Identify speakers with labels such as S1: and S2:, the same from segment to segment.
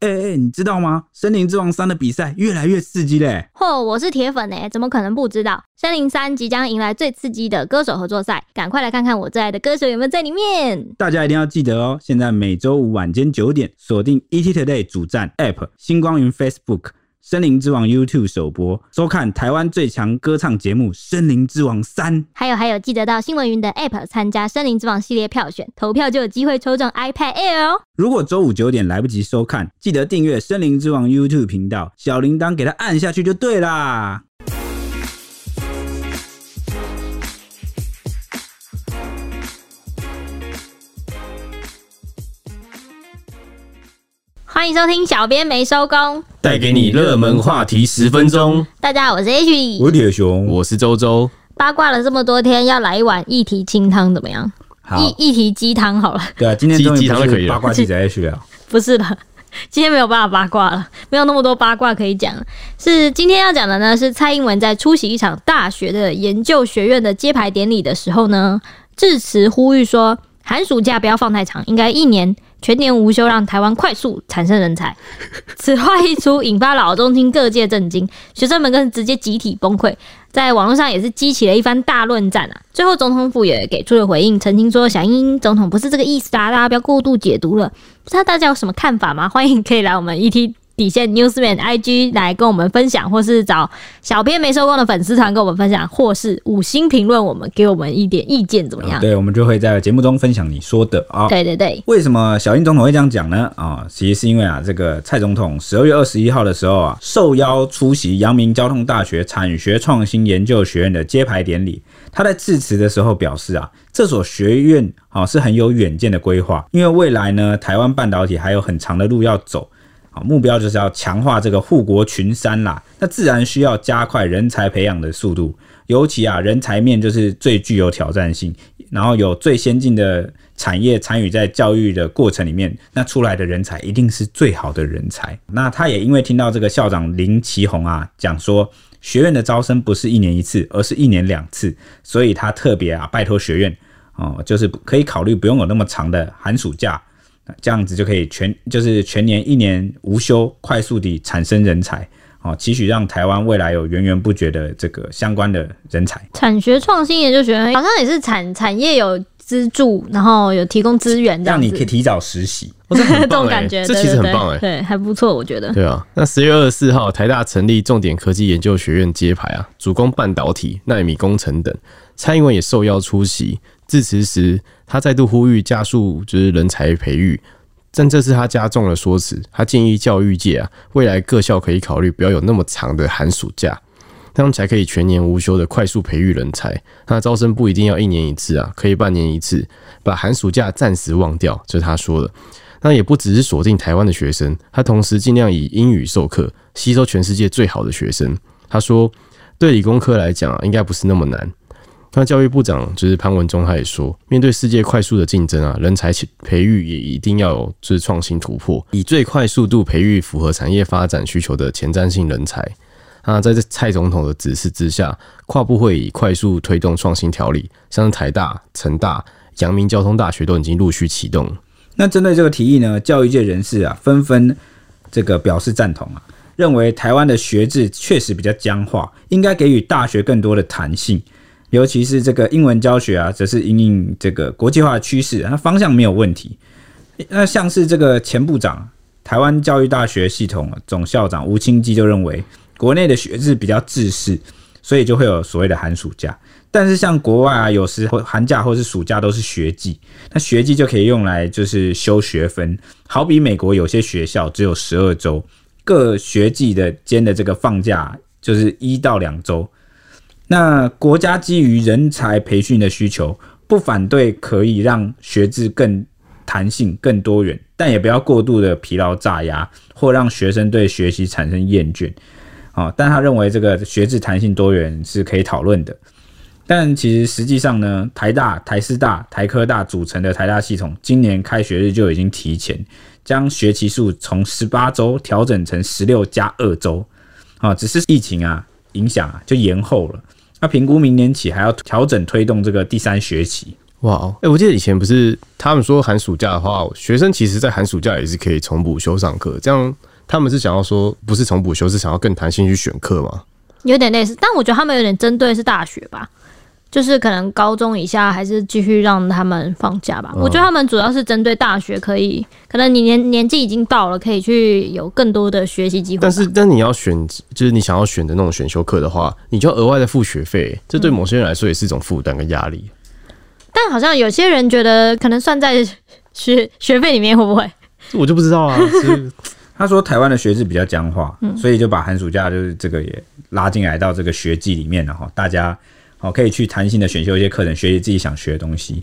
S1: 哎、哎、你知道吗？森林之王三的比赛越来越刺激嘞、
S2: 嚯，我是铁粉哎、怎么可能不知道？森林三即将迎来最刺激的歌手合作赛，赶快来看看我最爱的歌手有没有在里面。
S1: 大家一定要记得哦！现在每周五晚间九点，锁定 ET Today 主站 App、星光云 Facebook、森林之王 YouTube 首播，收看台湾最强歌唱节目《森林之王三》。
S2: 还有还有，记得到新闻云的 App 参加森林之王系列票选，投票就有机会抽中 iPad Air 哦。
S1: 如果周五九点来不及收看，记得订阅《森林之王》YouTube 频道，小铃铛给它按下去就对啦。
S2: 欢迎收听《小编没收工》，
S3: 带给你热门话题十分钟。
S2: 大家好，我是 H。
S1: 我铁熊，
S3: 我是周周，
S2: 八卦了这么多天，要来一碗一题清汤怎么样？一
S1: 好，
S2: 一题鸡汤好了，
S1: 对啊，今天终于
S3: 鸡鸡汤
S1: 不
S3: 就可以
S1: 是
S3: 了
S1: 八卦记者 H 了，
S2: 不是的，今天没有办法八卦了，没有那么多八卦可以讲了。是今天要讲的呢，是蔡英文在出席一场大学的研究学院的揭牌典礼的时候呢，致辞呼吁说，寒暑假不要放太长，应该一年。全年无休，让台湾快速产生人才。此话一出，引发老中青各界震惊，学生们更是直接集体崩溃，在网络上也是激起了一番大论战啊。最后，总统府也给出了回应，澄清说，小英英总统不是这个意思啊，大家不要过度解读了。不知道大家有什么看法吗？欢迎可以来我们 ET 底线 Newsman IG 来跟我们分享，或是找小编没收工的粉丝团跟我们分享，或是五星评论我们，给我们一点意见怎么样？
S1: 对，我们就会在节目中分享你说的啊。
S2: 对对对，
S1: 为什么小英总统会这样讲呢？啊、其实是因为啊，这个蔡总统十二月二十一号的时候啊，受邀出席阳明交通大学产学创新研究学院的揭牌典礼。他在致辞的时候表示啊，这所学院啊、是很有远见的规划，因为未来呢，台湾半导体还有很长的路要走。啊，目标就是要强化这个护国群山啦，那自然需要加快人才培养的速度，尤其啊，人才面就是最具有挑战性，然后有最先进的产业参与在教育的过程里面，那出来的人才一定是最好的人才。那他也因为听到这个校长林奇宏啊讲说。学院的招生不是一年一次，而是一年两次，所以他特别啊拜托学院哦，就是可以考虑不用有那么长的寒暑假，这样子就可以全就是全年一年无休，快速地产生人才，哦，期许让台湾未来有源源不绝的这个相关的人才。
S2: 产学创新研究学院好像也是产产业有资助，然后有提供资源这
S1: 让
S2: 样
S1: 你
S2: 子，
S1: 可以提早实习，
S3: 我、哦、 这
S2: 这
S3: 很棒
S2: 种
S3: 哎、
S2: 感觉，
S3: 这其实很棒哎、
S2: 对对对，对还不错，我觉得。
S3: 对啊，那十月二十四号，台大成立重点科技研究学院揭牌啊，主攻半导体、纳米工程等。蔡英文也受邀出席，致辞时，他再度呼吁加速就是人才培育，但这次他加重了说辞，他建议教育界啊，未来各校可以考虑不要有那么长的寒暑假，这样才可以全年无休的快速培育人才。那招生不一定要一年一次啊，可以半年一次，把寒暑假暂时忘掉，这是他说的。那也不只是锁定台湾的学生，他同时尽量以英语授课，吸收全世界最好的学生。他说，对理工科来讲啊，应该不是那么难。那教育部长就是潘文忠，他也说，面对世界快速的竞争啊，人才培育也一定要有就是创新突破，以最快速度培育符合产业发展需求的前瞻性人才。那在这蔡总统的指示之下，跨部会以快速推动创新条例，像是台大、成大、阳明交通大学都已经陆续启动了。
S1: 那针对这个提议呢，教育界人士啊纷纷这个表示赞同啊，认为台湾的学制确实比较僵化，应该给予大学更多的弹性，尤其是这个英文教学啊，则是因应这个国际化的趋势，它方向没有问题。那像是这个前部长台湾教育大学系统总校长吴清基就认为，国内的学制比较制式，所以就会有所谓的寒暑假。但是像国外啊，有时候寒假或是暑假都是学季，那学季就可以用来就是修学分，好比美国有些学校只有十二周，各学季的间的这个放假就是一到两周。那国家基于人才培训的需求，不反对可以让学制更弹性、更多元，但也不要过度的疲劳榨压，或让学生对学习产生厌倦。啊、但他认为这个学制弹性多元是可以讨论的。但其实实际上呢，台大、台师大、台科大组成的台大系统，今年开学日就已经提前将学期数从十八周调整成十六加二周，啊，只是疫情啊影响啊就延后了。那评估明年起还要调整推动这个第三学期，
S3: 哇哦，哎、我记得以前不是他们说寒暑假的话，学生其实在寒暑假也是可以重补修上课，这样他们是想要说不是重补修，是想要更弹性去选课嘛？
S2: 有点类似，但我觉得他们有点针对是大学吧，就是可能高中以下还是继续让他们放假
S3: 嗯
S2: 吧。我觉得他们主要是针对大学，可以可能你年年纪已经到了，可以去有更多的学习机会吧。
S3: 但是，但你要选，就是你想要选的那种选修课的话，你就要额外的付学费，这对某些人来说也是一种负担跟压力。
S2: 但好像有些人觉得可能算在学学费里面会不会？
S3: 这我就不知道啊，是
S1: 他说台湾的学制比较僵化，
S2: 嗯
S1: 所以就把寒暑假就是这个也拉进来到这个学季里面，然后大家好可以去弹性的选修一些课程，学习自己想学的东西。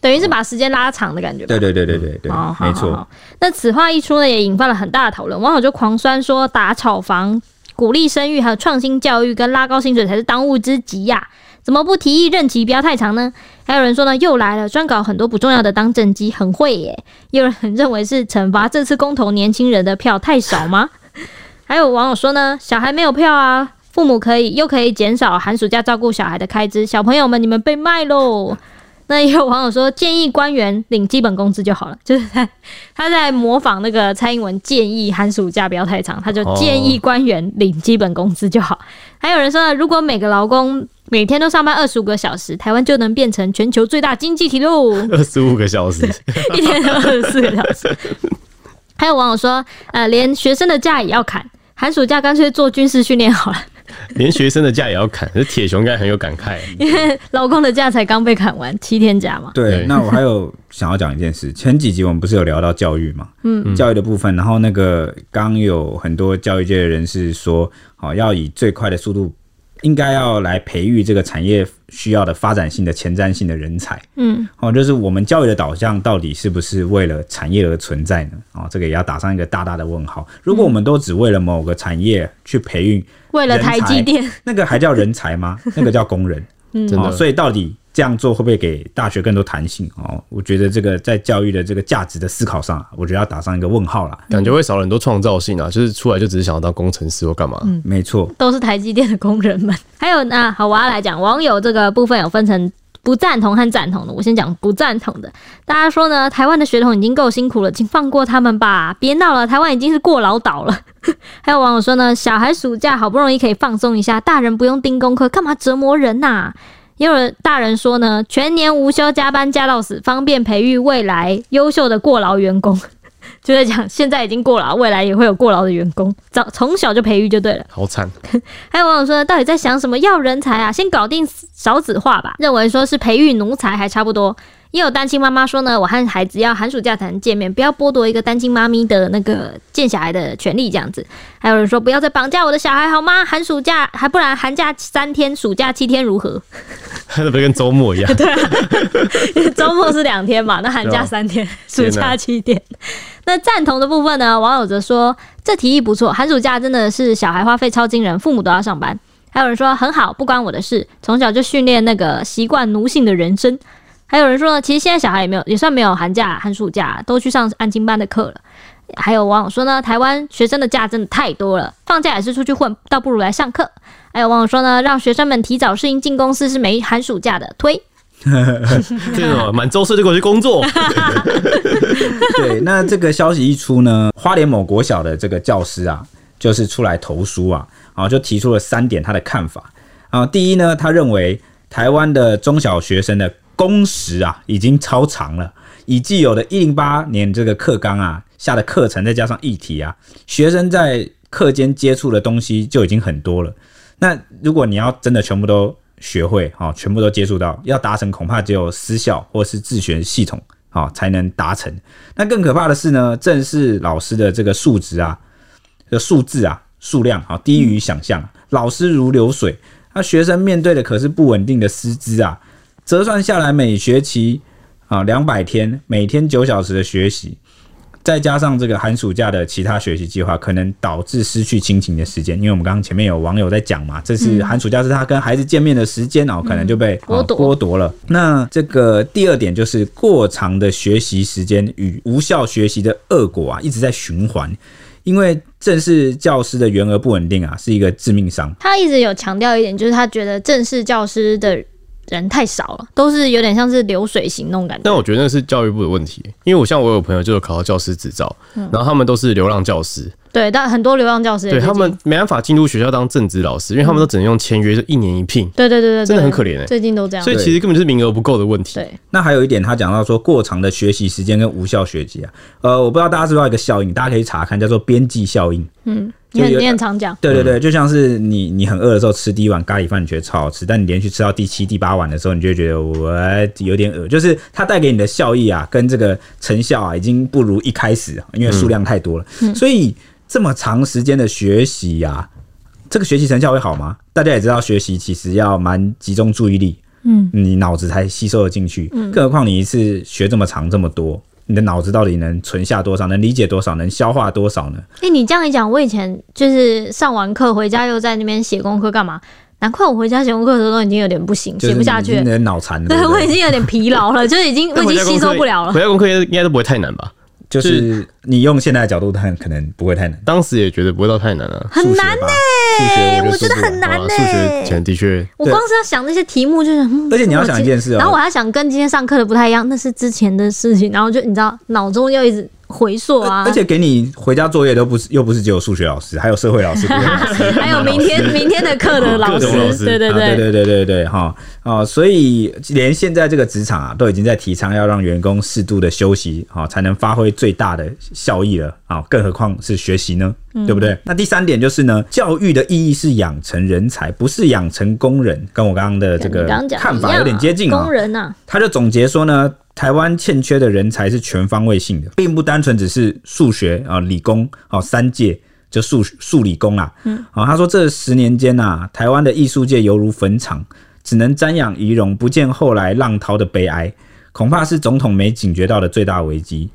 S2: 等于是把时间拉长的感觉吧。
S1: 对对对对对对
S2: 哦，，好
S1: 没
S2: 好
S1: 错
S2: 好。那此话一出呢，也引发了很大的讨论，网友就狂酸说打炒房、鼓励生育还有创新教育跟拉高薪水才是当务之急呀、怎么不提议任期不要太长呢？还有人说呢，又来了，专搞很多不重要的当政绩，很会耶。也有人认为是惩罚这次公投年轻人的票太少吗？ 还有网友说呢，小孩没有票啊，父母可以又可以减少寒暑假照顾小孩的开支，小朋友们你们被卖喽。 那也有网友说，建议官员领基本工资就好了， 就是在他在模仿那个蔡英文建议寒暑假不要太长，他就建议官员领基本工资就好。还有人说呢，如果每个劳工每天都上班二十五个小时，台湾就能变成全球最大经济体喽，
S3: 二十五个小 时，
S2: 一天二十四个小时。还有网友说，呃，连学生的假也要砍，寒暑假干脆做军事训练好了，
S3: 连学生的假也要砍，这铁熊应该很有感慨。啊
S2: 因为劳工的假才刚被砍完，七天假嘛。
S1: 对
S3: 对，
S1: 那我还有想要讲一件事，前几集我们不是有聊到教育嘛，嗯，教育的部分，然后那个刚有很多教育界的人士说，好、要以最快的速度，应该要来培育这个产业需要的发展性的前瞻性的人才，
S2: 嗯，
S1: 哦，就是我们教育的导向到底是不是为了产业而存在呢？哦，这个也要打上一个大大的问号。如果我们都只为了某个产业去培育，
S2: 为了
S1: 人才
S2: 台积电，
S1: 那个还叫人才吗？那个叫工人。
S3: 真
S1: 哦，
S3: 的，
S1: 所以到底这样做会不会给大学更多弹性？哦，我觉得这个在教育的这个价值的思考上啊，我觉得要打上一个问号啦。
S3: 感觉会少了很多创造性啊，就是出来就只是想要当工程师或干嘛。
S1: 没错，
S2: 都是台积电的工人们。还有那好，我要来讲网友这个部分有分成。不赞同和赞同的，我先讲不赞同的。大家说呢？台湾的学童已经够辛苦了，请放过他们吧，别闹了，台湾已经是过劳岛了。 还有网友说呢，小孩暑假好不容易可以放松一下，大人不用盯功课，干嘛折磨人呐、也有人大人说呢，全年无休加班加到死，方便培育未来优秀的过劳员工。 就在讲现在已经过劳，未来也会有过劳的员工，早从小就培育就对了。
S3: 好惨，
S2: 还有网友说，到底在想什么要人才啊？先搞定少子化吧。认为说是培育奴才还差不多。也有单亲妈妈说呢，我和孩子要寒暑假才能见面，不要剥夺一个单亲妈咪的那个见小孩的权利，这样子。还有人说，不要再绑架我的小孩好吗？寒暑假还不然寒假三天，暑假七天如何？
S3: 那不是跟周末一样？
S2: 周末是两天嘛，那寒假三天，暑
S3: 天哪
S2: 假七天。那赞同的部分呢？网友则说这提议不错，寒暑假真的是小孩花费超惊人，父母都要上班。还有人说很好，不关我的事，从小就训练那个习惯奴性的人生。还有人说呢，其实现在小孩也没有，也算没有寒假、寒暑假，都去上安亲班的课了。还有网友说呢，台湾学生的假真的太多了，放假也是出去混，倒不如来上课。还有网友说呢，让学生们提早适应进公司是没寒暑假的，推。
S3: 这种满周岁就给我去工作，
S1: 对。那这个消息一出呢，花莲某国小的这个教师啊，就是出来投书啊，啊，就提出了三点他的看法啊。第一呢，他认为台湾的中小学生的工时啊已经超长了，以既有的一零八年这个课纲啊下的课程，再加上议题啊，学生在课间接触的东西就已经很多了。那如果你要真的全部都学会哦，全部都接触到，要达成恐怕只有私校或是自学系统哦才能达成。那更可怕的是呢，正是老师的这个数值啊，这个数字啊，数量啊低于想象，老师如流水，那学生面对的可是不稳定的师资啊，折算下来每学期啊两百天，每天九小时的学习。再加上这个寒暑假的其他学习计划，可能导致失去亲情的时间，因为我们刚刚前面有网友在讲嘛，这是寒暑假是他跟孩子见面的时间哦，可能就被、
S2: 嗯剥
S1: 哦
S2: 夺
S1: 剥夺了。那这个第二点就是过长的学习时间与无效学习的恶果啊，一直在循环，因为正是教师的员额不稳定啊，是一个致命伤。
S2: 他一直有强调一点，就是他觉得正式教师的人太少了，都是有点像是流水型那种感觉
S3: 但。我觉得那是教育部的问题，因为我像我有朋友就有考到教师执照，然后他们都是流浪教师，
S2: 嗯对，但很多流浪教师也
S3: 对
S2: 是
S3: 他
S2: 这
S3: 们
S2: 样，
S3: 没办法进入学校当正职老师，因为他们都只能用签约，就一年一聘，
S2: 对对对对，对
S3: 真的很可怜哎
S2: 最近都这样
S3: 所。以其实根本就是名额不够的问题。
S2: 对，
S1: 那还有一点，他讲到说过长的学习时间跟无效学习啊，呃，我不知道大家知不知道一个效应，大家可以查看，叫做边际效应。
S2: 嗯，
S1: 就
S2: 你很
S1: 有
S2: 你很常讲，
S1: 对对对，就像是你你很饿的时候吃第一碗咖喱饭，你觉得超好吃，但你连续吃到第七、第八碗的时候，你就会觉得我有点饿，就是它带给你的效益啊，跟这个成效啊，已经不如一开始，因为数量太多了。
S2: 嗯
S1: 所以这么长时间的学习呀、这个学习成效会好吗？大家也知道，学习其实要蛮集中注意力，
S2: 嗯，
S1: 你脑子才吸收得进去。更何况你一次学这么长这么多，你的脑子到底能存下多少？能理解多少？能消化多少呢？
S2: 哎、你这样一讲，我以前就是上完课回家又在那边写功课干嘛？难怪我回家写功课的时候都已经有点不行，
S1: 就是
S2: 写不下去
S1: 你已
S2: 了。
S1: 经有点脑 残了。
S2: 对
S1: 对不
S2: 我
S1: 对
S2: 已经有点疲劳了，就是已 经我
S3: 但
S2: 已
S3: 回家
S2: 经吸
S3: 功课
S2: 收不了了。
S3: 回家功课应该都不会太难吧？
S1: 就是你用现在的角度看，可能不会太难。
S3: 当时也觉得不会到太难啊。
S2: 很难
S1: 呢、
S3: 数学
S2: 我觉
S3: 就
S2: 得
S3: 做不
S2: 很难
S3: 好啊
S2: 呢
S3: 数学前的确
S2: 我光是要想那些题目，就是，嗯
S1: 而且你要想一件事哦
S2: 然后我还想跟今天上课的不太一样，那是之前的事情，然后就你知道，脑中要一直回溯啊，
S1: 而且给你回家作业都不是，又不是只有数学老师，还有社会老师、国 文老师
S2: 还有明天明天的课的老师
S3: 各种老，师
S2: 对对
S1: 啊对
S2: 对，
S1: 对对对对，哈哦，所以连现在这个职场啊，都已经在提倡要让员工适度的休息啊、哦才能发挥最大的效益了啊、哦更何况是学习呢，
S2: 嗯
S1: 对不对？那第三点就是呢，教育的意义是养成人才，不是养成工人，跟我刚刚的这
S2: 跟
S1: 个
S2: 你刚刚讲
S1: 看
S2: 的一
S1: 法
S2: 样
S1: 有点接近啊、
S2: 啊，工人呐，
S1: 他就总结说呢，台湾欠缺的人才是全方位性的，并不单纯只是数学啊、理工啊、三界就数数理工啊。嗯，啊，他说这十年间呐、台湾的艺术界犹如坟场，只能瞻仰遗容，不见后来浪涛的悲哀，恐怕是总统没警觉到的最大危机。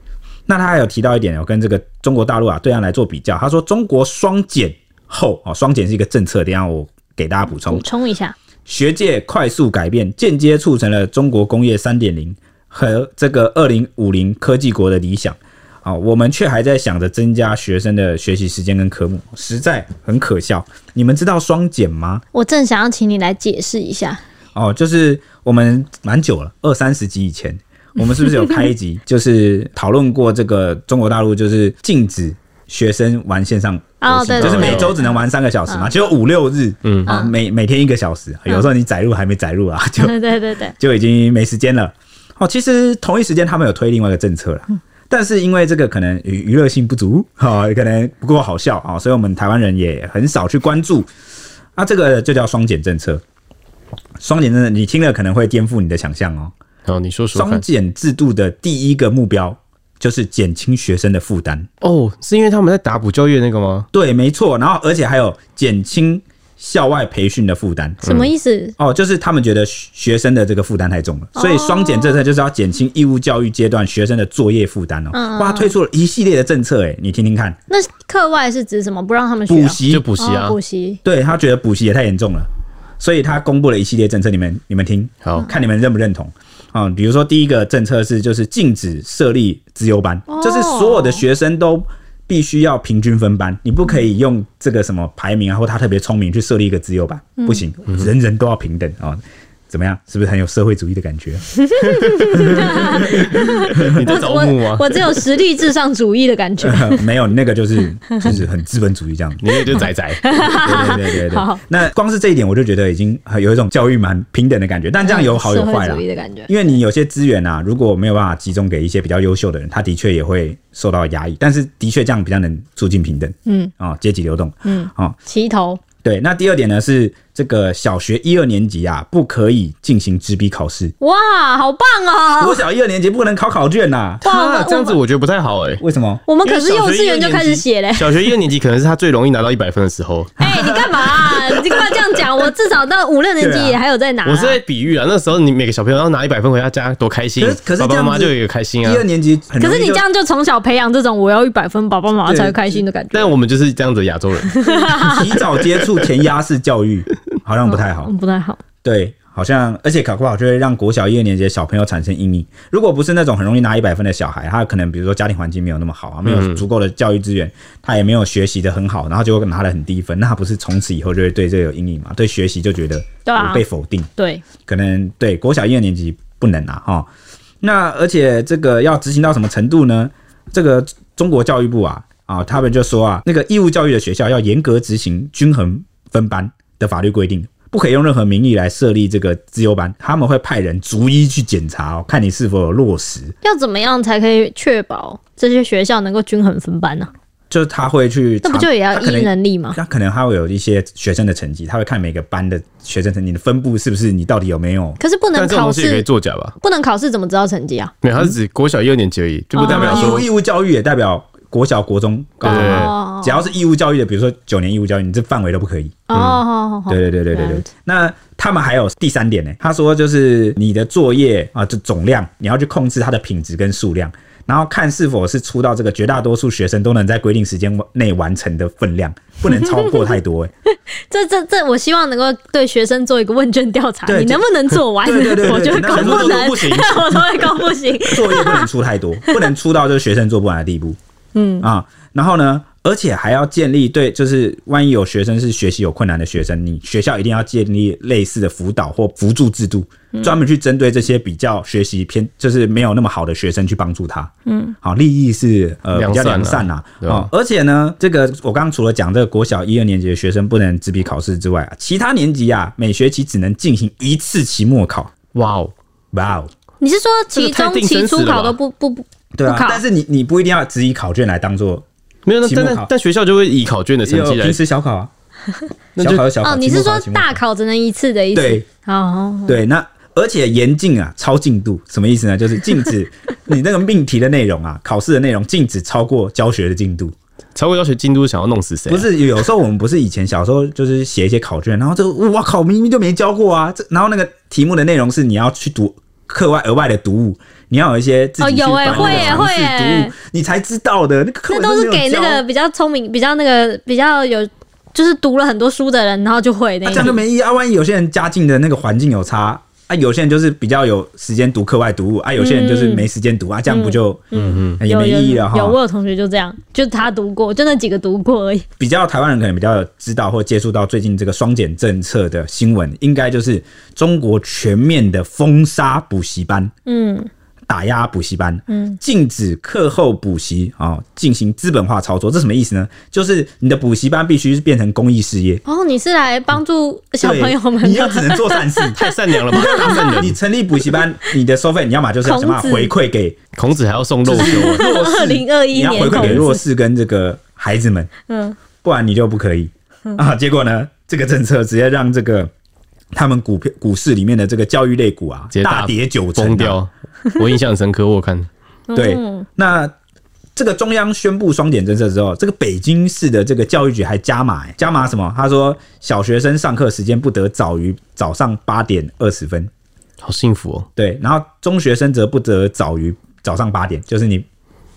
S1: 那他还有提到一点，我跟这个中国大陆啊对岸来做比较，他说中国双减后哦，双减是一个政策，等一下我给大家补充
S2: 补。充一下，
S1: 学界快速改变，间接促成了中国工业三点零和这个二零五零科技国的理想。啊、我们却还在想着增加学生的学习时间跟科目，实在很可笑。你们知道双减吗？
S2: 我正想要请你来解释一 下，
S1: 哦，就是我们蛮久了，二三十集以前，我们是不是有开一 集，就是讨论过这个中国大陆就是禁止学生玩线上游
S2: 哦
S1: 戏，
S2: 对
S1: 就是
S2: 对
S1: 每
S2: 对
S1: 周只能玩三个小时嘛，只有五六日，嗯，啊，每每天一个小时，有时候你载入还没载入啊，就
S2: 对对对对，
S1: 就已经没时间了。哦，其实同一时间他们有推另外一个政策了。但是因为这个可能娱娱乐性不足，哈、可能不够好笑啊、所以我们台湾人也很少去关注。啊，这个就叫双减政策。双减政策，你听了可能会颠覆你的想象哦。
S3: 好，你说说
S1: 双
S3: 看。
S1: 减制度的第一个目标就是减轻学生的负担，
S3: 哦，是因为他们在打补教业那个吗？
S1: 对，没错。然后而且还有减轻校外培训的负担，
S2: 什么意思？
S1: 哦，就是他们觉得学学生的这个负担太重了，所以双减
S2: 哦
S1: 政策就是要减轻义务教育阶段学生的作业负担哦。
S2: 嗯嗯
S1: 哇，推出了一系列的政策，哎，你听听看，
S2: 那课外是指什么？不让他们学
S1: 补
S2: 啊
S1: 习
S3: 就，补习
S2: 哦
S3: 啊
S2: 补。 习，
S1: 对他觉得补习也太严重了，所以他公布了一系列政策，你们你们听，嗯
S3: 好
S1: 看你们认不认同啊、比如说第一个政策是就是禁止设立资优班，
S2: 哦
S1: 就是所有的学生都。必须要平均分班，你不可以用这个什么排名啊，或他特别聪明去设立一个资优班，不行，
S2: 嗯
S1: 人人都要平等啊、怎么样？是不是很有社会主义的感觉？
S3: 你在啊招
S1: 啊
S3: 募
S2: 我
S3: 吗？
S2: 我只有实力至上主义的感觉，
S1: 没有，那个就是就是很资本主义这样。
S3: 你也就仔仔，
S1: 对对对对对
S2: 好。
S1: 那光是这一点，我就觉得已经有一种教育蛮平等的感觉， 但这样有好有坏啊
S2: 社
S1: 啦
S2: 会主。义的感觉。
S1: 因为你有些资源啊，如果没有办法集中给一些比较优秀的人，他的确也会受到压抑。但是的确这样比较能促进平等，
S2: 嗯
S1: 啊、阶级流动。
S2: 嗯，
S1: 哦
S2: 齐头
S1: 对，那第二点呢是这个小学一二年级啊，不可以进行纸笔考试。
S2: 哇，好棒哦！
S1: 国小一二年级不能考考卷呐、
S2: 哇
S3: 他
S2: 我
S3: 这样子我觉得不太好哎。
S1: 为什么？
S2: 我们可是
S3: 因
S2: 幼
S3: 为小学
S2: 稚园就开始写嘞、
S3: 小学一二年级可能是他最容易拿到一百分的时候。
S2: 哎、你干嘛啊、你干嘛这样讲？我至少到五六年级
S1: 对啊
S2: 也还有在拿、
S3: 我是在比喻啊，那时候你每个小朋友要拿一百分回到家，多开心！
S1: 可是可是
S3: 爸
S1: 这
S3: 爸
S1: 样
S3: 妈
S1: 子
S3: 妈就有开心啊
S1: 一。二年级很
S2: 可
S1: 容易
S2: 是你
S1: 就
S2: 这样就从小培养这种我要一百分，爸爸妈妈才会
S1: 对
S2: 开心的感觉，
S3: 但我们就是这样子的亚洲人，
S1: 提早接触填鸭式教育，好像不太好。
S2: 嗯，不太好。
S1: 对，好像而且考不好就会让国小一二年级的小朋友产生阴影。如果不是那种很容易拿一百分的小孩，他可能比如说家庭环境没有那么好啊，
S2: 嗯
S1: 没有足够的教育资源，他也没有学习的很好，然后结果拿了很低分，那他不是从此以后就会对这个有阴影嘛？对学习就觉得
S2: 对啊
S1: 我被否定，
S2: 对，
S1: 可能对国小一二年级不能啊，哈。那而且这个要执行到什么程度呢？这个中国教育部啊啊，他们就说啊，那个义务教育的学校要严格执行均衡分班的法律规定，不可以用任何名义来设立这个自由班，他们会派人逐一去检查哦，看你是否有落实。
S2: 要怎么样才可以确保这些学校能够均衡分班呢、
S1: 就是他会去查，
S2: 那不就也要
S1: 他可
S2: 依
S1: 能
S2: 能力吗？
S1: 那可能他会有一些学生的成绩，他会看每个班的学生成绩的分布是不是你到底有没有
S2: 可是不能
S3: 但这种
S2: 考
S3: 东西也可以
S2: 试，
S3: 作假吧？
S2: 不能考试怎么知道成绩啊？
S3: 没有，它是指国小一二年级而已，就不代表
S1: 义务
S3: 说
S1: 义务教育也代表国小、国中、高中
S3: 对
S1: 嘛，
S2: 哦
S1: 只要是义务教育的，比如说九年义务教育，你这范围都不可以。
S2: 哦，好好好，
S1: 对对对对对
S2: 了
S1: 对
S2: 解。
S1: 那他们还有第三点呢，他说就是你的作业啊，就总量你要去控制它的品质跟数量，然后看是否是出到这个绝大多数学生都能在规定时间内完成的分量，不能超过太多。哎，
S2: 这这这，我希望能够对学生做一个问卷调查，
S1: 对
S2: 你
S1: 这
S2: 能不能做完？
S1: 对对对对
S2: 我觉得
S1: 那
S2: 公
S1: 很多
S2: 不
S1: 都
S2: 能，
S3: 不行
S2: 我都会公不行。
S1: 作业不能出太多，不能出到就是学生做不完的地步。嗯啊，然后呢，而且还要建立对，就是万一有学生是学习有困难的学生，你学校一定要建立类似的辅导或辅助制度，专门去针对这些比较学习偏就是没有那么好的学生去帮助他。嗯，好，利益是呃比
S3: 良
S1: 较
S3: 善啊
S1: 良善啊。
S3: 对吧
S1: 哦，而且呢，这个我刚刚除了讲这个国小一二年级的学生不能纸笔考试之外啊，其他年级啊每学期只能进行一次期末考。
S3: 哇哦，
S1: 哇哦！
S2: 你是说期
S3: 这个
S2: 中
S3: 太、定
S2: 期
S3: 生死
S2: 初
S3: 了吧
S2: 考都不不不
S1: 对
S2: 不
S1: 啊
S2: 考，
S1: 但是你你不一定要只以考卷来当做，
S3: 没有，那
S1: 期末
S3: 但
S1: 考
S3: 但但学校就会以考卷的成
S1: 有
S3: 绩来
S1: 平，时小 考啊，
S3: 那
S1: 小
S3: 就
S1: 考有小考，
S2: 哦？
S1: 期
S2: 你
S1: 末考
S2: 是说
S1: 有期末考
S2: 大考只能一次的意思？
S1: 对
S2: 哦，
S1: 对，那而且严禁啊，超进度什么意思呢？就是禁 止你那个命题的内容啊，考试的内容禁止超过教学的进度。
S3: 超过要求进度想要弄死谁啊？
S1: 不是有时候我们不是以前小时候就是写一些考卷，然后就哇靠，明明就没教过啊，这然后那个题目的内容是你要去读。课外额外的读物，你要有一些自己去
S2: 哦有欸
S1: 翻
S2: 会
S1: 阅
S2: 欸
S1: 尝
S2: 会
S1: 试
S2: 欸
S1: 读物，你才知道的。那个课
S2: 那
S1: 文
S2: 都
S1: 没
S2: 是
S1: 有
S2: 给那
S1: 教
S2: 个比较聪明、比较那个比较有，就是读了很多书的人，然后就会那
S1: 啊、这
S2: 一
S1: 样就
S2: 种。
S1: 没意义啊！万一有些人家境的那个环境有差啊，有些人就是比较有时间读课外读物啊，有些人就是没时间读啊，这样不就嗯嗯也
S2: 有
S1: 没意义了
S2: 有有，我
S1: 哈。
S2: 有同学就这样，就他读过，就那几个读过而已。
S1: 比较台湾人可能比较知道或接触到最近这个双减政策的新闻，应该就是中国全面的封杀补习班，
S2: 嗯，
S1: 打压补习班，嗯，禁止课后补习啊，进行资本化操作，这什么意思呢？就是你的补习班必须变成公益事业。
S2: 哦，你是来帮助小
S1: 对
S2: 朋友们
S1: 你
S2: 的
S1: 又只能做善 事，
S3: 太善良了吧？大善
S1: 你
S3: 人，
S1: 成立补习班，你的收费你要么就是要想办法
S2: 孔子
S1: 回馈给
S3: 孔子还要送肉修 啊，
S1: 弱势，
S2: 2021
S1: 你要回馈给弱势跟这个孩子们，
S2: 嗯，
S1: 不然你就不可以啊。结果呢，这个政策直接让这个他们股票股市里面的这个教育类股啊
S3: 直接大
S1: 大跌九成、
S3: 疯。掉。我印象很深刻，我有看
S1: 对
S2: 嗯，
S1: 那这个中央宣布双减政策之后，这个北京市的这个教育局还加码、欸，加码什么？他说小学生上课时间不得早于早上八点二十分，
S3: 好幸福哦。
S1: 对，然后中学生则不得早于早上八点，就是你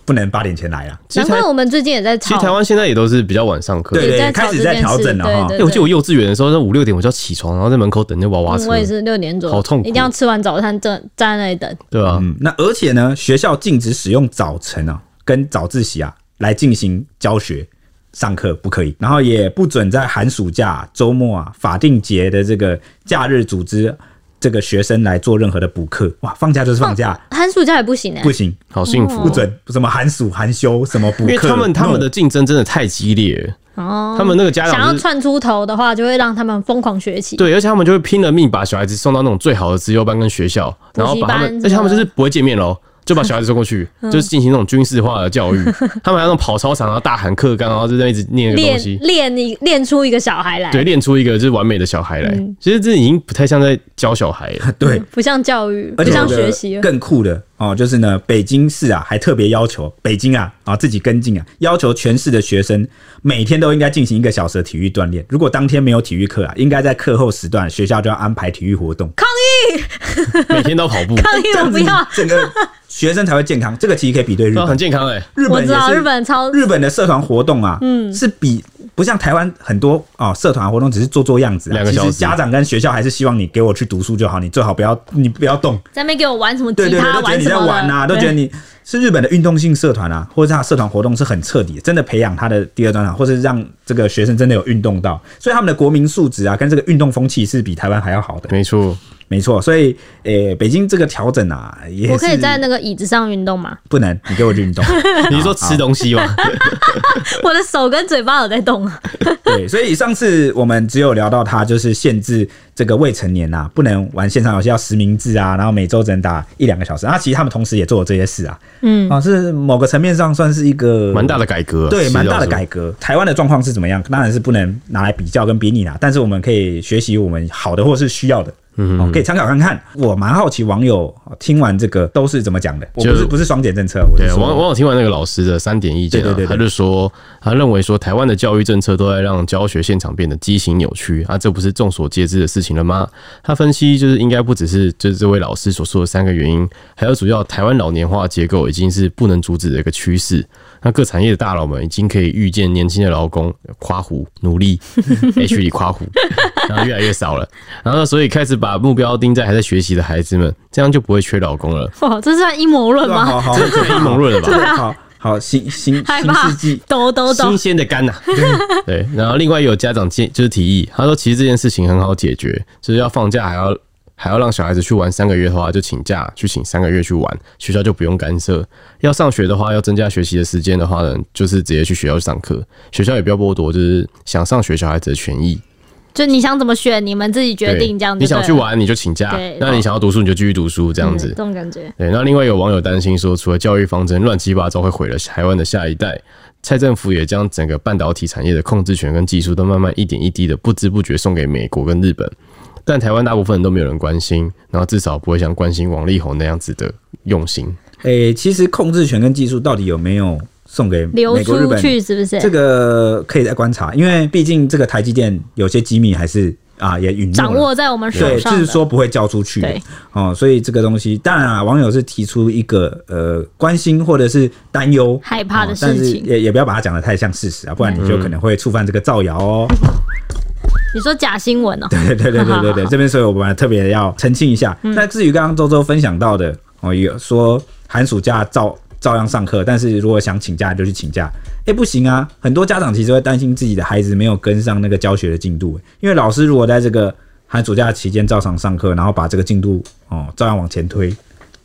S1: 不能八点前来啊。
S3: 其
S2: 难
S3: 实台
S2: 怪我们最近也在
S3: 其实台
S2: 吵，
S3: 湾现在也都是比较晚上课。
S1: 对
S2: 也在
S1: 开
S2: 吵
S1: 始
S2: 这
S1: 在
S2: 件
S1: 调
S2: 事
S1: 整了哈
S2: 对
S3: 欸我记得我
S2: 对
S3: 幼稚园的时候，那五六点我就要起床，然后在门口等那娃娃
S2: 嗯
S3: 车
S2: 我，也是六点左右，
S3: 好痛苦
S2: 一定要吃完早餐站站在那里等。
S3: 对啊，
S1: 嗯，那而且呢，学校禁止使用早晨啊跟早自习啊来进行教学上课，不可以。然后也不准在寒暑假、周末啊、法定节的这个假日组织这个学生来做任何的补课。哇，放假就是放假，
S2: 寒暑假也不行哎
S1: 不，行，
S3: 好幸福哦。
S1: 不准什么寒暑、寒休，什么补
S3: 因为
S1: 课。
S3: 他们他们
S1: no
S3: 的竞争真的太激烈了，
S2: 哦，
S3: 他们那个家
S2: 想
S3: 长
S2: 要
S3: 就是
S2: 窜出头的话，就会让他们疯狂学习。
S3: 对，而且他们就会拼了命把小孩子送到那种最好的资优班跟学校，然后
S2: 补习
S3: 把他
S2: 班
S3: 们，
S2: 什么嗯
S3: 而且他们就是不会见面喽，就把小孩子送 过去，就是进行那种军事化的教育。他们还要那种跑操场，然啊后大喊课纲，然后就在那一直念那个东
S2: 练
S3: 西，
S2: 练你练出一个小孩来，
S3: 对，练出一个就是完美的小孩来。
S2: 嗯
S3: 其实这已经不太像在教小孩了，
S1: 对，
S2: 不像教育，不
S1: 而且有
S2: 像
S1: 个
S2: 学习了。
S1: 更酷的哦，就是呢，北京市啊还特别要求北京啊啊自己跟进啊，要求全市的学生每天都应该进行一个小时的体育锻炼。如果当天没有体育课啊，应该在课后时段学校就要安排体育活动，
S3: 每天都跑步，
S2: 抗议
S1: 这
S2: 我
S1: 样
S2: 不
S1: 子
S2: 要，哦
S1: 整个学生才会健康。这个其实可以比对日
S3: 对啊，很
S1: 本，
S3: 健康哎、
S1: 日
S2: 我
S1: 本
S2: 知道
S1: 也是
S2: 日本超
S1: 日本的社团活动啊，嗯，是比不像台湾很多啊、哦社团活动只是做做样子、啊，
S3: 两个
S1: 其
S3: 小时
S1: 实家长跟学校还是希望你给我去读书就好，你最好不要你不要动，
S2: 在那边给我玩什么
S1: 对
S2: 吉
S1: 对对，
S2: 他，
S1: 都觉得
S2: 玩
S1: 你
S2: 什
S1: 在
S2: 么
S1: 玩
S2: 的
S1: 啊，都觉得你是日本的运动性社团啊，或者是他社团活动是很彻底的，真的培养他的第二专长，或是让这个学生真的有运动到，所以他们的国民素质啊，跟这个运动风气是比台湾还要好的，
S3: 没错，
S1: 没错。所以，诶、北京这个调整啊，也
S2: 对
S1: 是
S2: 我可以在那个椅子上运动吗？
S1: 不能，你给我去运动。
S3: 你是说吃东西吗？
S2: 我的手跟嘴巴有在动啊，
S1: 对，所以上次我们只有聊到他就是限制这个未成年啊，不能玩线上游戏，要实名制啊，然后每周只能打一两个小时。那其实他们同时也做了这些事啊，
S2: 嗯，
S1: 啊，是某个层面上算是一个
S3: 蛮大的改革啊，
S1: 对，
S3: 是
S1: 蛮大的
S3: 是
S1: 改革。台湾的状况是怎么样？当然是不能拿来比较跟比拟啦，但是我们可以学习我们好的或是需要的。嗯、哦，可以参考看看。我蛮好奇网友哦听完这个都是怎么讲的。我
S3: 就
S1: 不是不是双减政策，我是
S3: 对，网
S1: 说，
S3: 网友听完那个老师的三点意见、啊，
S1: 对对对对
S3: 他就说，他认为说台湾的教育政策都在让教学现场变得畸形扭曲啊，这不是众所皆知的事情了吗？他分析就是应该不只是就是这位老师所说的三个原因，还有主要台湾老年化结构已经是不能阻止的一个趋势。那各产业的大佬们已经可以预见年轻的劳工夸胡努力 ，H 里夸胡， 然后越来越少了，然后所以开始把目标定在还在学习的孩子们，这样就不会缺劳工了。
S2: 哇，这算阴谋论
S1: 对吧
S2: 吗？
S1: 好
S2: 啊
S1: 好，
S3: 这太阴谋论了吧
S1: 这个好好新新
S2: 害
S1: 新
S2: 怕
S1: 世纪，
S2: 抖抖抖
S3: 新，鲜的肝呐、啊 对，然后另外有家长建就是提议，他说其实这件事情很好解决，就是要放假还要还要让小孩子去玩三个月的话，就请假去请三个月去玩，学校就不用干涉。要上学的话，要增加学习的时间的话呢，就是直接去学校上课，学校也不要剥夺，就是想上学小孩子的权益。
S2: 就你想怎么选，你们自己决
S3: 对
S2: 定这样就
S3: 你
S2: 对了。
S3: 想去玩你就请假
S2: 对，
S3: 那你想要读书你就继续读书这样
S2: 嗯
S3: 子
S2: 这。种感觉，
S3: 对，那另外有网友担心说，除了教育方针乱七八糟会毁了台湾的下一代，蔡政府也将整个半导体产业的控制权跟技术都慢慢一点一滴的不知不觉送给美国跟日本，但台湾大部分人都没有人关心，然后至少不会像关心王力宏那样子的用心。
S1: 诶、其实控制权跟技术到底有没有送给美
S2: 流
S1: 国、日
S2: 出
S1: 本？
S2: 去是不是？
S1: 这个可以再观察，因为毕竟这个台积电有些机密还是啊也允诺了
S2: 掌握在我们手
S1: 对，
S2: 上
S1: 就
S2: 的
S1: 是说不会交出去的
S2: 对
S1: 哦，所以这个东西，当然啊，网友是提出一个呃关心或者是担忧、
S2: 害怕的
S1: 哦但
S2: 事
S1: 是
S2: 情嗯
S1: 也也不要把它讲的太像事实啊，不然你就可能会触犯这个造谣哦。
S2: 你说假新闻哦，
S1: 对对对对对对，这边所以我们特别要澄清一下。那至于刚刚周周分享到的，哦，有说寒暑假照照样上课，但是如果想请假就去请假，哎、不行啊！很多家长其实会担心自己的孩子没有跟上那个教学的进度、因为老师如果在这个寒暑假期间照常上课，然后把这个进度哦照样往前推，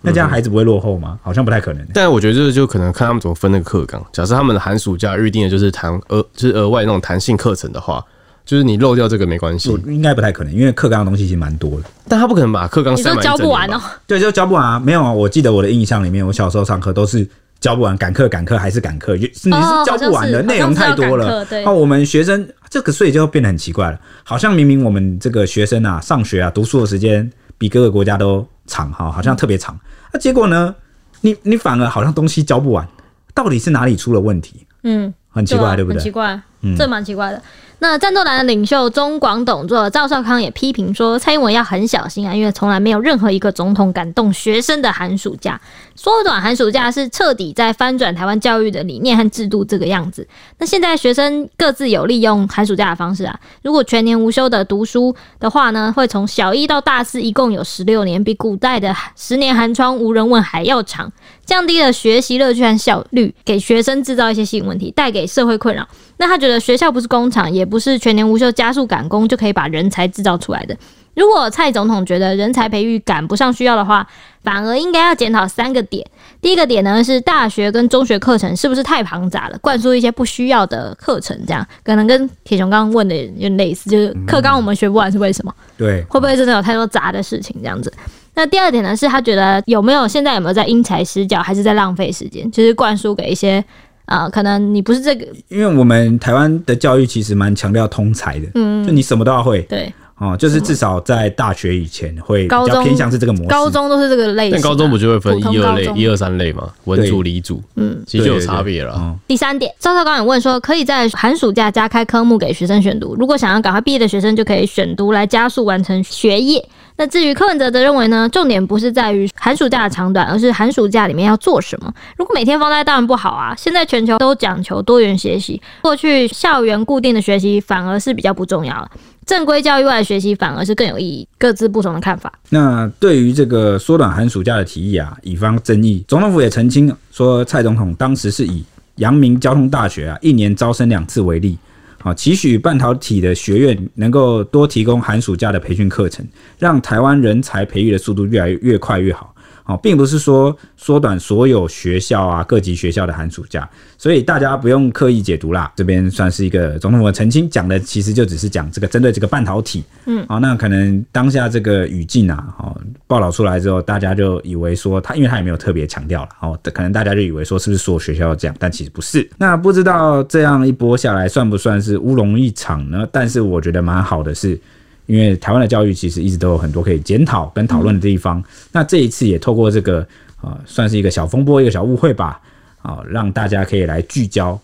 S1: 那这样孩子不会落后吗？好像不太可能、
S3: 但我觉得这就可能看他们怎么分那个课纲。假设他们的寒暑假预定的就是弹额就是额外那种弹性课程的话，就是你漏掉这个没关系
S2: 嗯
S1: 我，应该不太可能，因为课纲的东西其实蛮多的。
S3: 但他不可能把课纲
S2: 你
S3: 塞
S2: 说
S3: 满一
S2: 教
S3: 整
S2: 不
S3: 年
S2: 完
S3: 吧
S2: 哦，
S1: 对，就教不完啊，没有啊。我记得我的印象里面，我小时候上课都是教不完，赶课赶课还是赶课，你是教不完的，
S2: 哦好像是
S1: 内容太多
S2: 好像是要
S1: 了
S2: 赶课。对
S1: 那、我们学生这个，所以就变得很奇怪了，好像明明我们这个学生啊，上学啊，读书的时间比各个国家都长哈，好像特别长。那、结果呢，你你反而好像东西教不完，到底是哪里出了问题？
S2: 嗯。
S1: 很奇
S2: 对
S1: 怪，
S2: 啊
S1: 对不嗯
S2: 很奇
S1: 对？
S2: 怪，这蛮奇怪的。那战斗蓝的领袖中广董座赵少康也批评说，蔡英文要很小心啊，因为从来没有任何一个总统敢动学生的寒暑假。缩短寒暑假是彻底在翻转台湾教育的理念和制度这个样子。那现在学生各自有利用寒暑假的方式啊，如果全年无休的读书的话呢，会从小一到大四一共有十六年，比古代的十年寒窗无人问还要长。降低了学习乐趣和效率，给学生制造一些吸引问题，带给社会困扰。那他觉得学校不是工厂，也不是全年无休加速赶工就可以把人才制造出来的。如果蔡总统觉得人才培育赶不上需要的话，反而应该要检讨三个点。第一个点呢是大学跟中学课程是不是太庞杂了，灌输一些不需要的课程，这样可能跟铁雄刚刚问的有点类似，就是课纲我们学不完是为什么？
S1: 对，
S2: 会不会真的有太多杂的事情这样子？那第二点呢，是他觉得有没有现在有没有在因材施教，还是在浪费时间？就是灌输给一些呃，可能你不是这个嗯
S1: 因为我们台湾的教育其实蛮强调通才的，嗯，就你什么都要会
S2: 对，
S1: 哦，就是至少在大学以前会比
S2: 高
S1: 较
S2: 中
S1: 偏向是这个模式。
S2: 高中都是这个类型啊、
S3: 但高中不就会分
S2: 普通
S3: 一二
S2: 高
S3: 类、
S2: 中
S3: 一二三类嘛？文组、理组，嗯，其实就有差别了。
S1: 哦，
S2: 第三点，赵校刚也问说，可以在寒暑假加开科目给学生选读，如果想要赶快毕业的学生，就可以选读来加速完成学业。那至于柯文哲则认为呢，重点不是在于寒暑假的长短，而是寒暑假里面要做什么。如果每天放假当然不好啊，现在全球都讲求多元学习，过去校园固定的学习反而是比较不重要了，正规教育外的学习反而是更有意义。各自不同的看法。
S1: 那对于这个缩短寒暑假的提议啊，以方争议，总统府也澄清说，蔡总统当时是以阳明交通大学啊一年招生两次为例，啊，期许半导体的学院能够多提供寒暑假的培训课程，让台湾人才培育的速度越来越越快越好。哦，并不是说缩短所有学校啊各级学校的寒暑假，所以大家不用刻意解读啦。这边算是一个总统府的澄清，讲的其实就只是讲这个针对这个半导体好、那可能当下这个语境啊，哦，报道出来之后，大家就以为说他，因为他也没有特别强调了，哦，可能大家就以为说是不是所有学校都这样，但其实不是。那不知道这样一波下来，算不算是乌龙一场呢？但是我觉得蛮好的是。因为台湾的教育其实一直都有很多可以检讨跟讨论的地方，那这一次也透过这个呃，算是一个小风波、一个小误会吧，啊、让大家可以来聚焦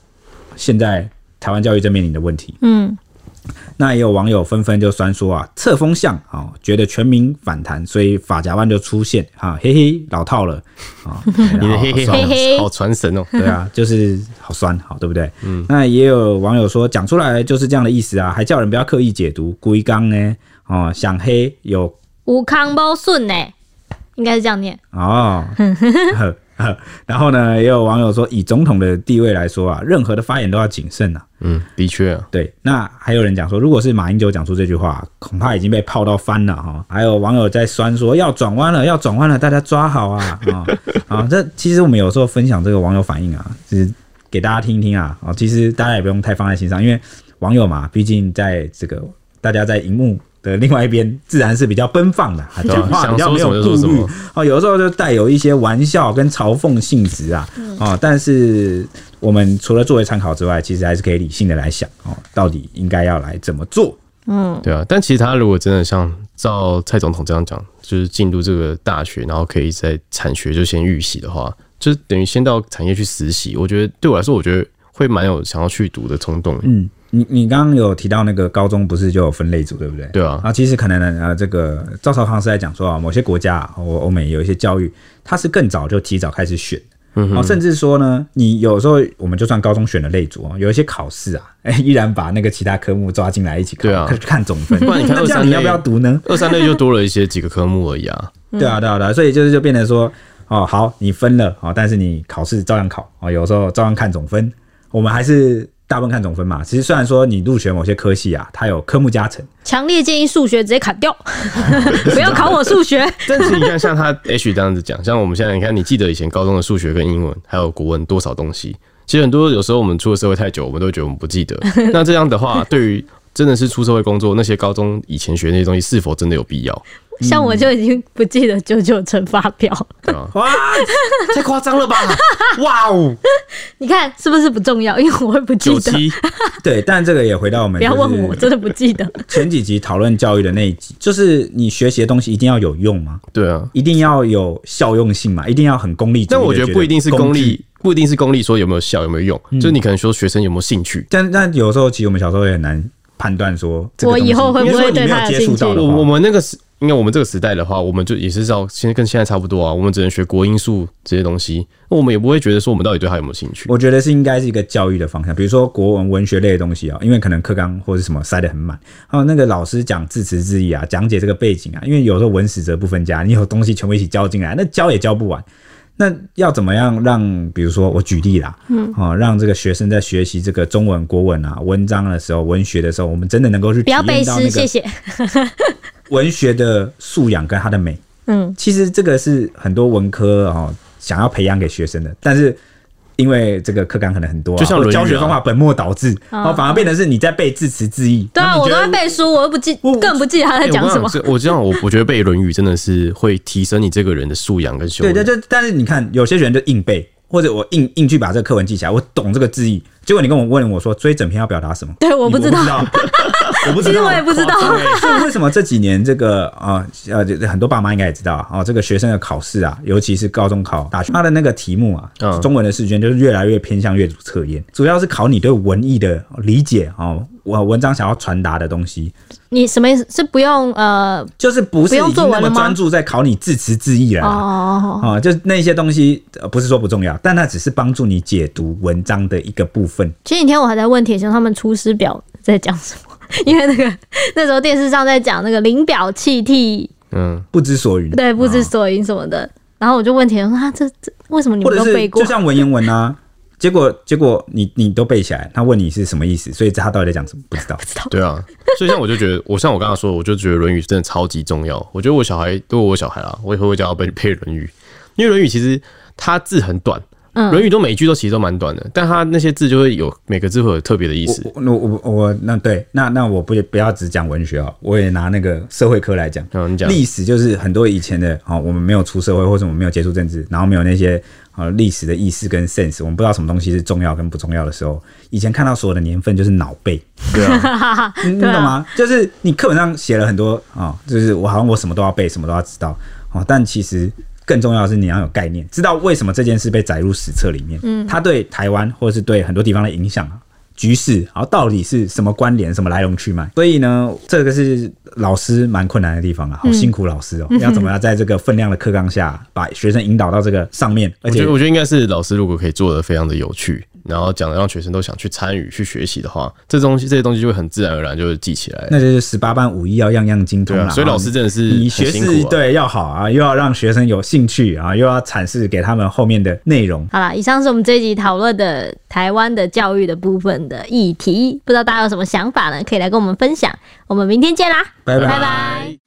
S1: 现在台湾教育正面临的问题。
S2: 嗯，
S1: 那也有网友纷纷就酸说啊，侧风向啊、哦，觉得全民反弹，所以法甲湾就出现啊，嘿嘿，老套了啊，
S3: 你的嘿
S1: 嘿
S3: 嘿
S2: 嘿嘿
S3: 好好传神哦。
S1: 对啊，就是好酸，好对不对？嗯，那也有网友说讲出来就是这样的意思啊，还叫人不要刻意解读，故意刚呢，哦，想黑有
S2: 无康包顺呢，应该是这样念。
S1: 哦， 呵呵然后呢，也有网友说以总统的地位来说啊，任何的发言都要谨慎啊。
S3: 嗯，的确啊，
S1: 对，那还有人讲说，如果是马英九讲出这句话，恐怕已经被泡到翻了哈。还有网友在酸说要转弯了，要转弯了，大家抓好啊啊啊！这其实我们有时候分享这个网友反应啊，就是给大家听一听啊啊。其实大家也不用太放在心上，因为网友嘛，毕竟在这个大家在荧幕。的另外一边自然是比较奔放的， 啊
S3: 对啊
S1: 讲话比较
S3: 想
S1: 没
S3: 说什么
S1: 有
S3: 就说
S1: 顾
S3: 什
S1: 虑
S3: 么
S1: 哦，有的时候就带有一些玩笑跟嘲讽性质啊，哦，但是我们除了作为参考之外，其实还是可以理性的来想哦，到底应该要来怎么做。
S2: 嗯，
S3: 对啊。但其实他如果真的像照蔡总统这样讲，就是进入这个大学，然后可以在产学就先预习的话，就是等于先到产业去实习。我觉得对我来说，我觉得会蛮有想要去读的冲动。
S1: 嗯，你你刚刚有提到那个高中不是就有分类组，对不对？
S3: 对啊，
S1: 啊，其实可能呢，呃，这个赵少康是在讲说啊，某些国家啊，欧欧美有一些教育，它是更早就提早开始选，嗯，哦，甚至说呢，你有时候我们就算高中选了类组哦，有一些考试啊，哎，依然把那个其他科目抓进来一起考，
S3: 对啊
S1: 看看总分，
S3: 不然你 看
S1: 那这样
S3: 23
S1: 你要不
S3: 类
S1: 要读呢？
S3: 二三类就多了一些几个科目而已啊。
S1: 对啊，对啊，对啊，所以就是就变成说，哦，好，你分了哦，但是你考试照样考哦，有时候照样看总分，我们还是大部分看总分嘛。其实虽然说你入学某些科系啊，它有科目加成，？
S2: 强烈建议数学直接砍 掉，不要考我数学。
S3: 但是你看，像他 H 这样子讲，像我们现在，你看，你记得以前高中的数学跟英文还有国文多少东西？其实很多有时候我们出了社会太久，我们都觉得我们不 记得。那这样的话，对于真的是出社会工作，那些高中以前学那些东西，是否真的有必要？
S2: 像我就已经不记得九九乘法表，
S3: 对吧
S1: 哇，
S3: 太夸张 了吧！哇哦，
S2: 你看是不是不重要？因为我会不记
S3: 九
S2: 得。
S3: 七，
S1: 对，但这个也回到我们
S2: 不要问我，真的不记得。
S1: 前几集讨论教育的那一集，就是你学习的东西一定要有用吗？
S3: 对啊。
S1: 一定要有效用性嘛？一定要很功利主义地
S3: 但
S1: 工具？
S3: 我觉得不一定是功利，嗯不一定是功利，说有没有效，有没有用，就是你可能说学生有没有兴趣。
S1: 但但有时候其实我们小时候也很难判断说这个
S2: 我
S1: 东西，
S2: 以后会不
S1: 因为
S2: 会
S1: 说你
S2: 对
S1: 没有
S2: 它有
S1: 接触
S2: 兴
S1: 到
S2: 趣
S1: 的
S3: 我
S1: 话
S3: 我们那个时，应该我们这个时代的话，我们就也是照现在跟现在差不多啊。我们只能学国英数这些东西，那我们也不会觉得说我们到底对它有没有兴趣。
S1: 我觉得是应该是一个教育的方向，比如说国文文学类的东西啊、因为可能课纲或是什么塞得很满，还有那个老师讲字词字义啊，讲解这个背景啊，因为有时候文史哲不分家，你有东西全部一起教进来，那教也教不完。那要怎么样让，比如说我举例啦，嗯，哦，让这个学生在学习这个中文、国文啊、文章的时候、文学的时候，我们真的能够去
S2: 不
S1: 体
S2: 要
S1: 验
S2: 背
S1: 到那
S2: 诗，谢
S1: 个
S2: 谢。
S1: 文学的素养跟它的美。
S2: 嗯，
S1: 其实这个是很多文科哦想要培养给学生的，但是因为这个课纲可能很多、啊，
S3: 就像
S1: 或者
S3: 论语啊
S1: 教学方法本末倒置，然后反而变成是你在背字词字义。
S2: 嗯对啊，
S1: 然后
S2: 我
S1: 你
S2: 都
S1: 觉
S2: 会
S1: 得
S2: 背书，我又不记，更不记得他在
S3: 哎
S2: 讲什么。
S3: 我这样，我我觉得背《论语》真的是会提升你这个人的素养跟修
S1: 对
S3: 养。
S1: 对，就但是你看有些人就硬背，或者我硬硬去把这个课文记起来，我懂这个字义。结果你跟我问我说，所以整篇要表达什么？
S2: 对，我
S1: 我
S2: 不知道，，
S1: 我 不知道，
S2: 其实我也不知道。
S3: 夸张 欸
S1: 所以为什么这几年这个啊呃这很多爸妈应该也知道啊、哦，这个学生的考试啊，尤其是高中考大学，他的那个题目啊，
S3: 嗯
S1: 中文的试卷就是越来越偏向阅读测验，主要是考你对文意的理解哦，我文章想要传达的东西，
S2: 你什么意思？是不用呃
S1: 就是不是
S2: 不用
S1: 已经
S2: 作
S1: 那
S2: 文了
S1: 么
S2: 吗
S1: 专注在考你字词字义了
S2: 哦
S1: 啦。
S2: 哦，哦
S1: 啊、就是那些东西，呃不是说不重要，但它只是帮助你解读文章的一个部分。
S2: 前几天我还在问铁兄他们《出师表》在讲什么， 因为那个那时候电视上在讲那个临表弃替，
S3: 嗯，
S1: 不知所云，
S2: 对，不知所云什么的。然后我就问铁兄说：“啊，这这为什么你
S1: 或
S2: 们
S1: 者
S2: 都
S1: 是
S2: 背过
S1: 就？” 像文言文啊，结果结果你你都背起来，他问你是什么意思，所以他到底在讲什么不知道。
S3: 对啊，所以像我就觉得，我像我刚刚说，我就觉得《论语》真的超级重要。我觉得我小孩，如果我小孩啦，我以后会教他背背《论语》，因为《论语》其实它字很短，《
S2: 嗯，
S3: 论语》都每一句都其实都蛮短的，但它那些字就会有每个字会有特别的意思。
S1: 我我我我那对那那我不不要只讲文学哦，我也拿那个社会科来讲。
S3: 嗯，你讲
S1: 历史就是很多以前的哦，我们没有出社会，或者我们没有接触政治，然后没有那些呃历史的意识跟 sense，我们不知道什么东西是重要跟不重要的时候，以前看到所有的年份就是脑背，
S3: 对啊，
S1: 你你
S2: 对
S1: 嗯懂
S2: 啊
S1: 吗？就是你课本上写了很多啊、哦就是我好像我什么都要背，什么都要知道哦，但其实更重要的是你要有概念，知道为什么这件事被载入史册里面，嗯，它对台湾或者是对很多地方的影响啊。局势，然后到底是什么关联，什么来龙去脉？所以呢，这个是老师蛮困难的地方啊，好
S2: 嗯
S1: 辛苦老师哦，要怎么样在这个分量的课纲下，把学生引导到这个上面，而
S3: 我觉
S1: 且
S3: 得我觉得应该是老师如果可以做的非常的有趣，然后讲的让学生都想去参与去学习的话，这东西这些东西就会很自然而然就会记起来。
S1: 那就是十八般武艺要样样精通
S3: 对
S1: 了、
S3: 啊，所以老师真的是
S1: 你
S3: 很
S1: 学
S3: 辛
S1: 识
S3: 苦啊。
S1: 对要好啊，又要让学生有兴趣啊，又要阐释给他们后面的内容。
S2: 好啦，以上是我们这一集讨论的台湾的教育的部分的议题，不知道大家有什么想法呢？可以来跟我们分享。我们明天见啦，
S1: 拜拜
S2: 拜拜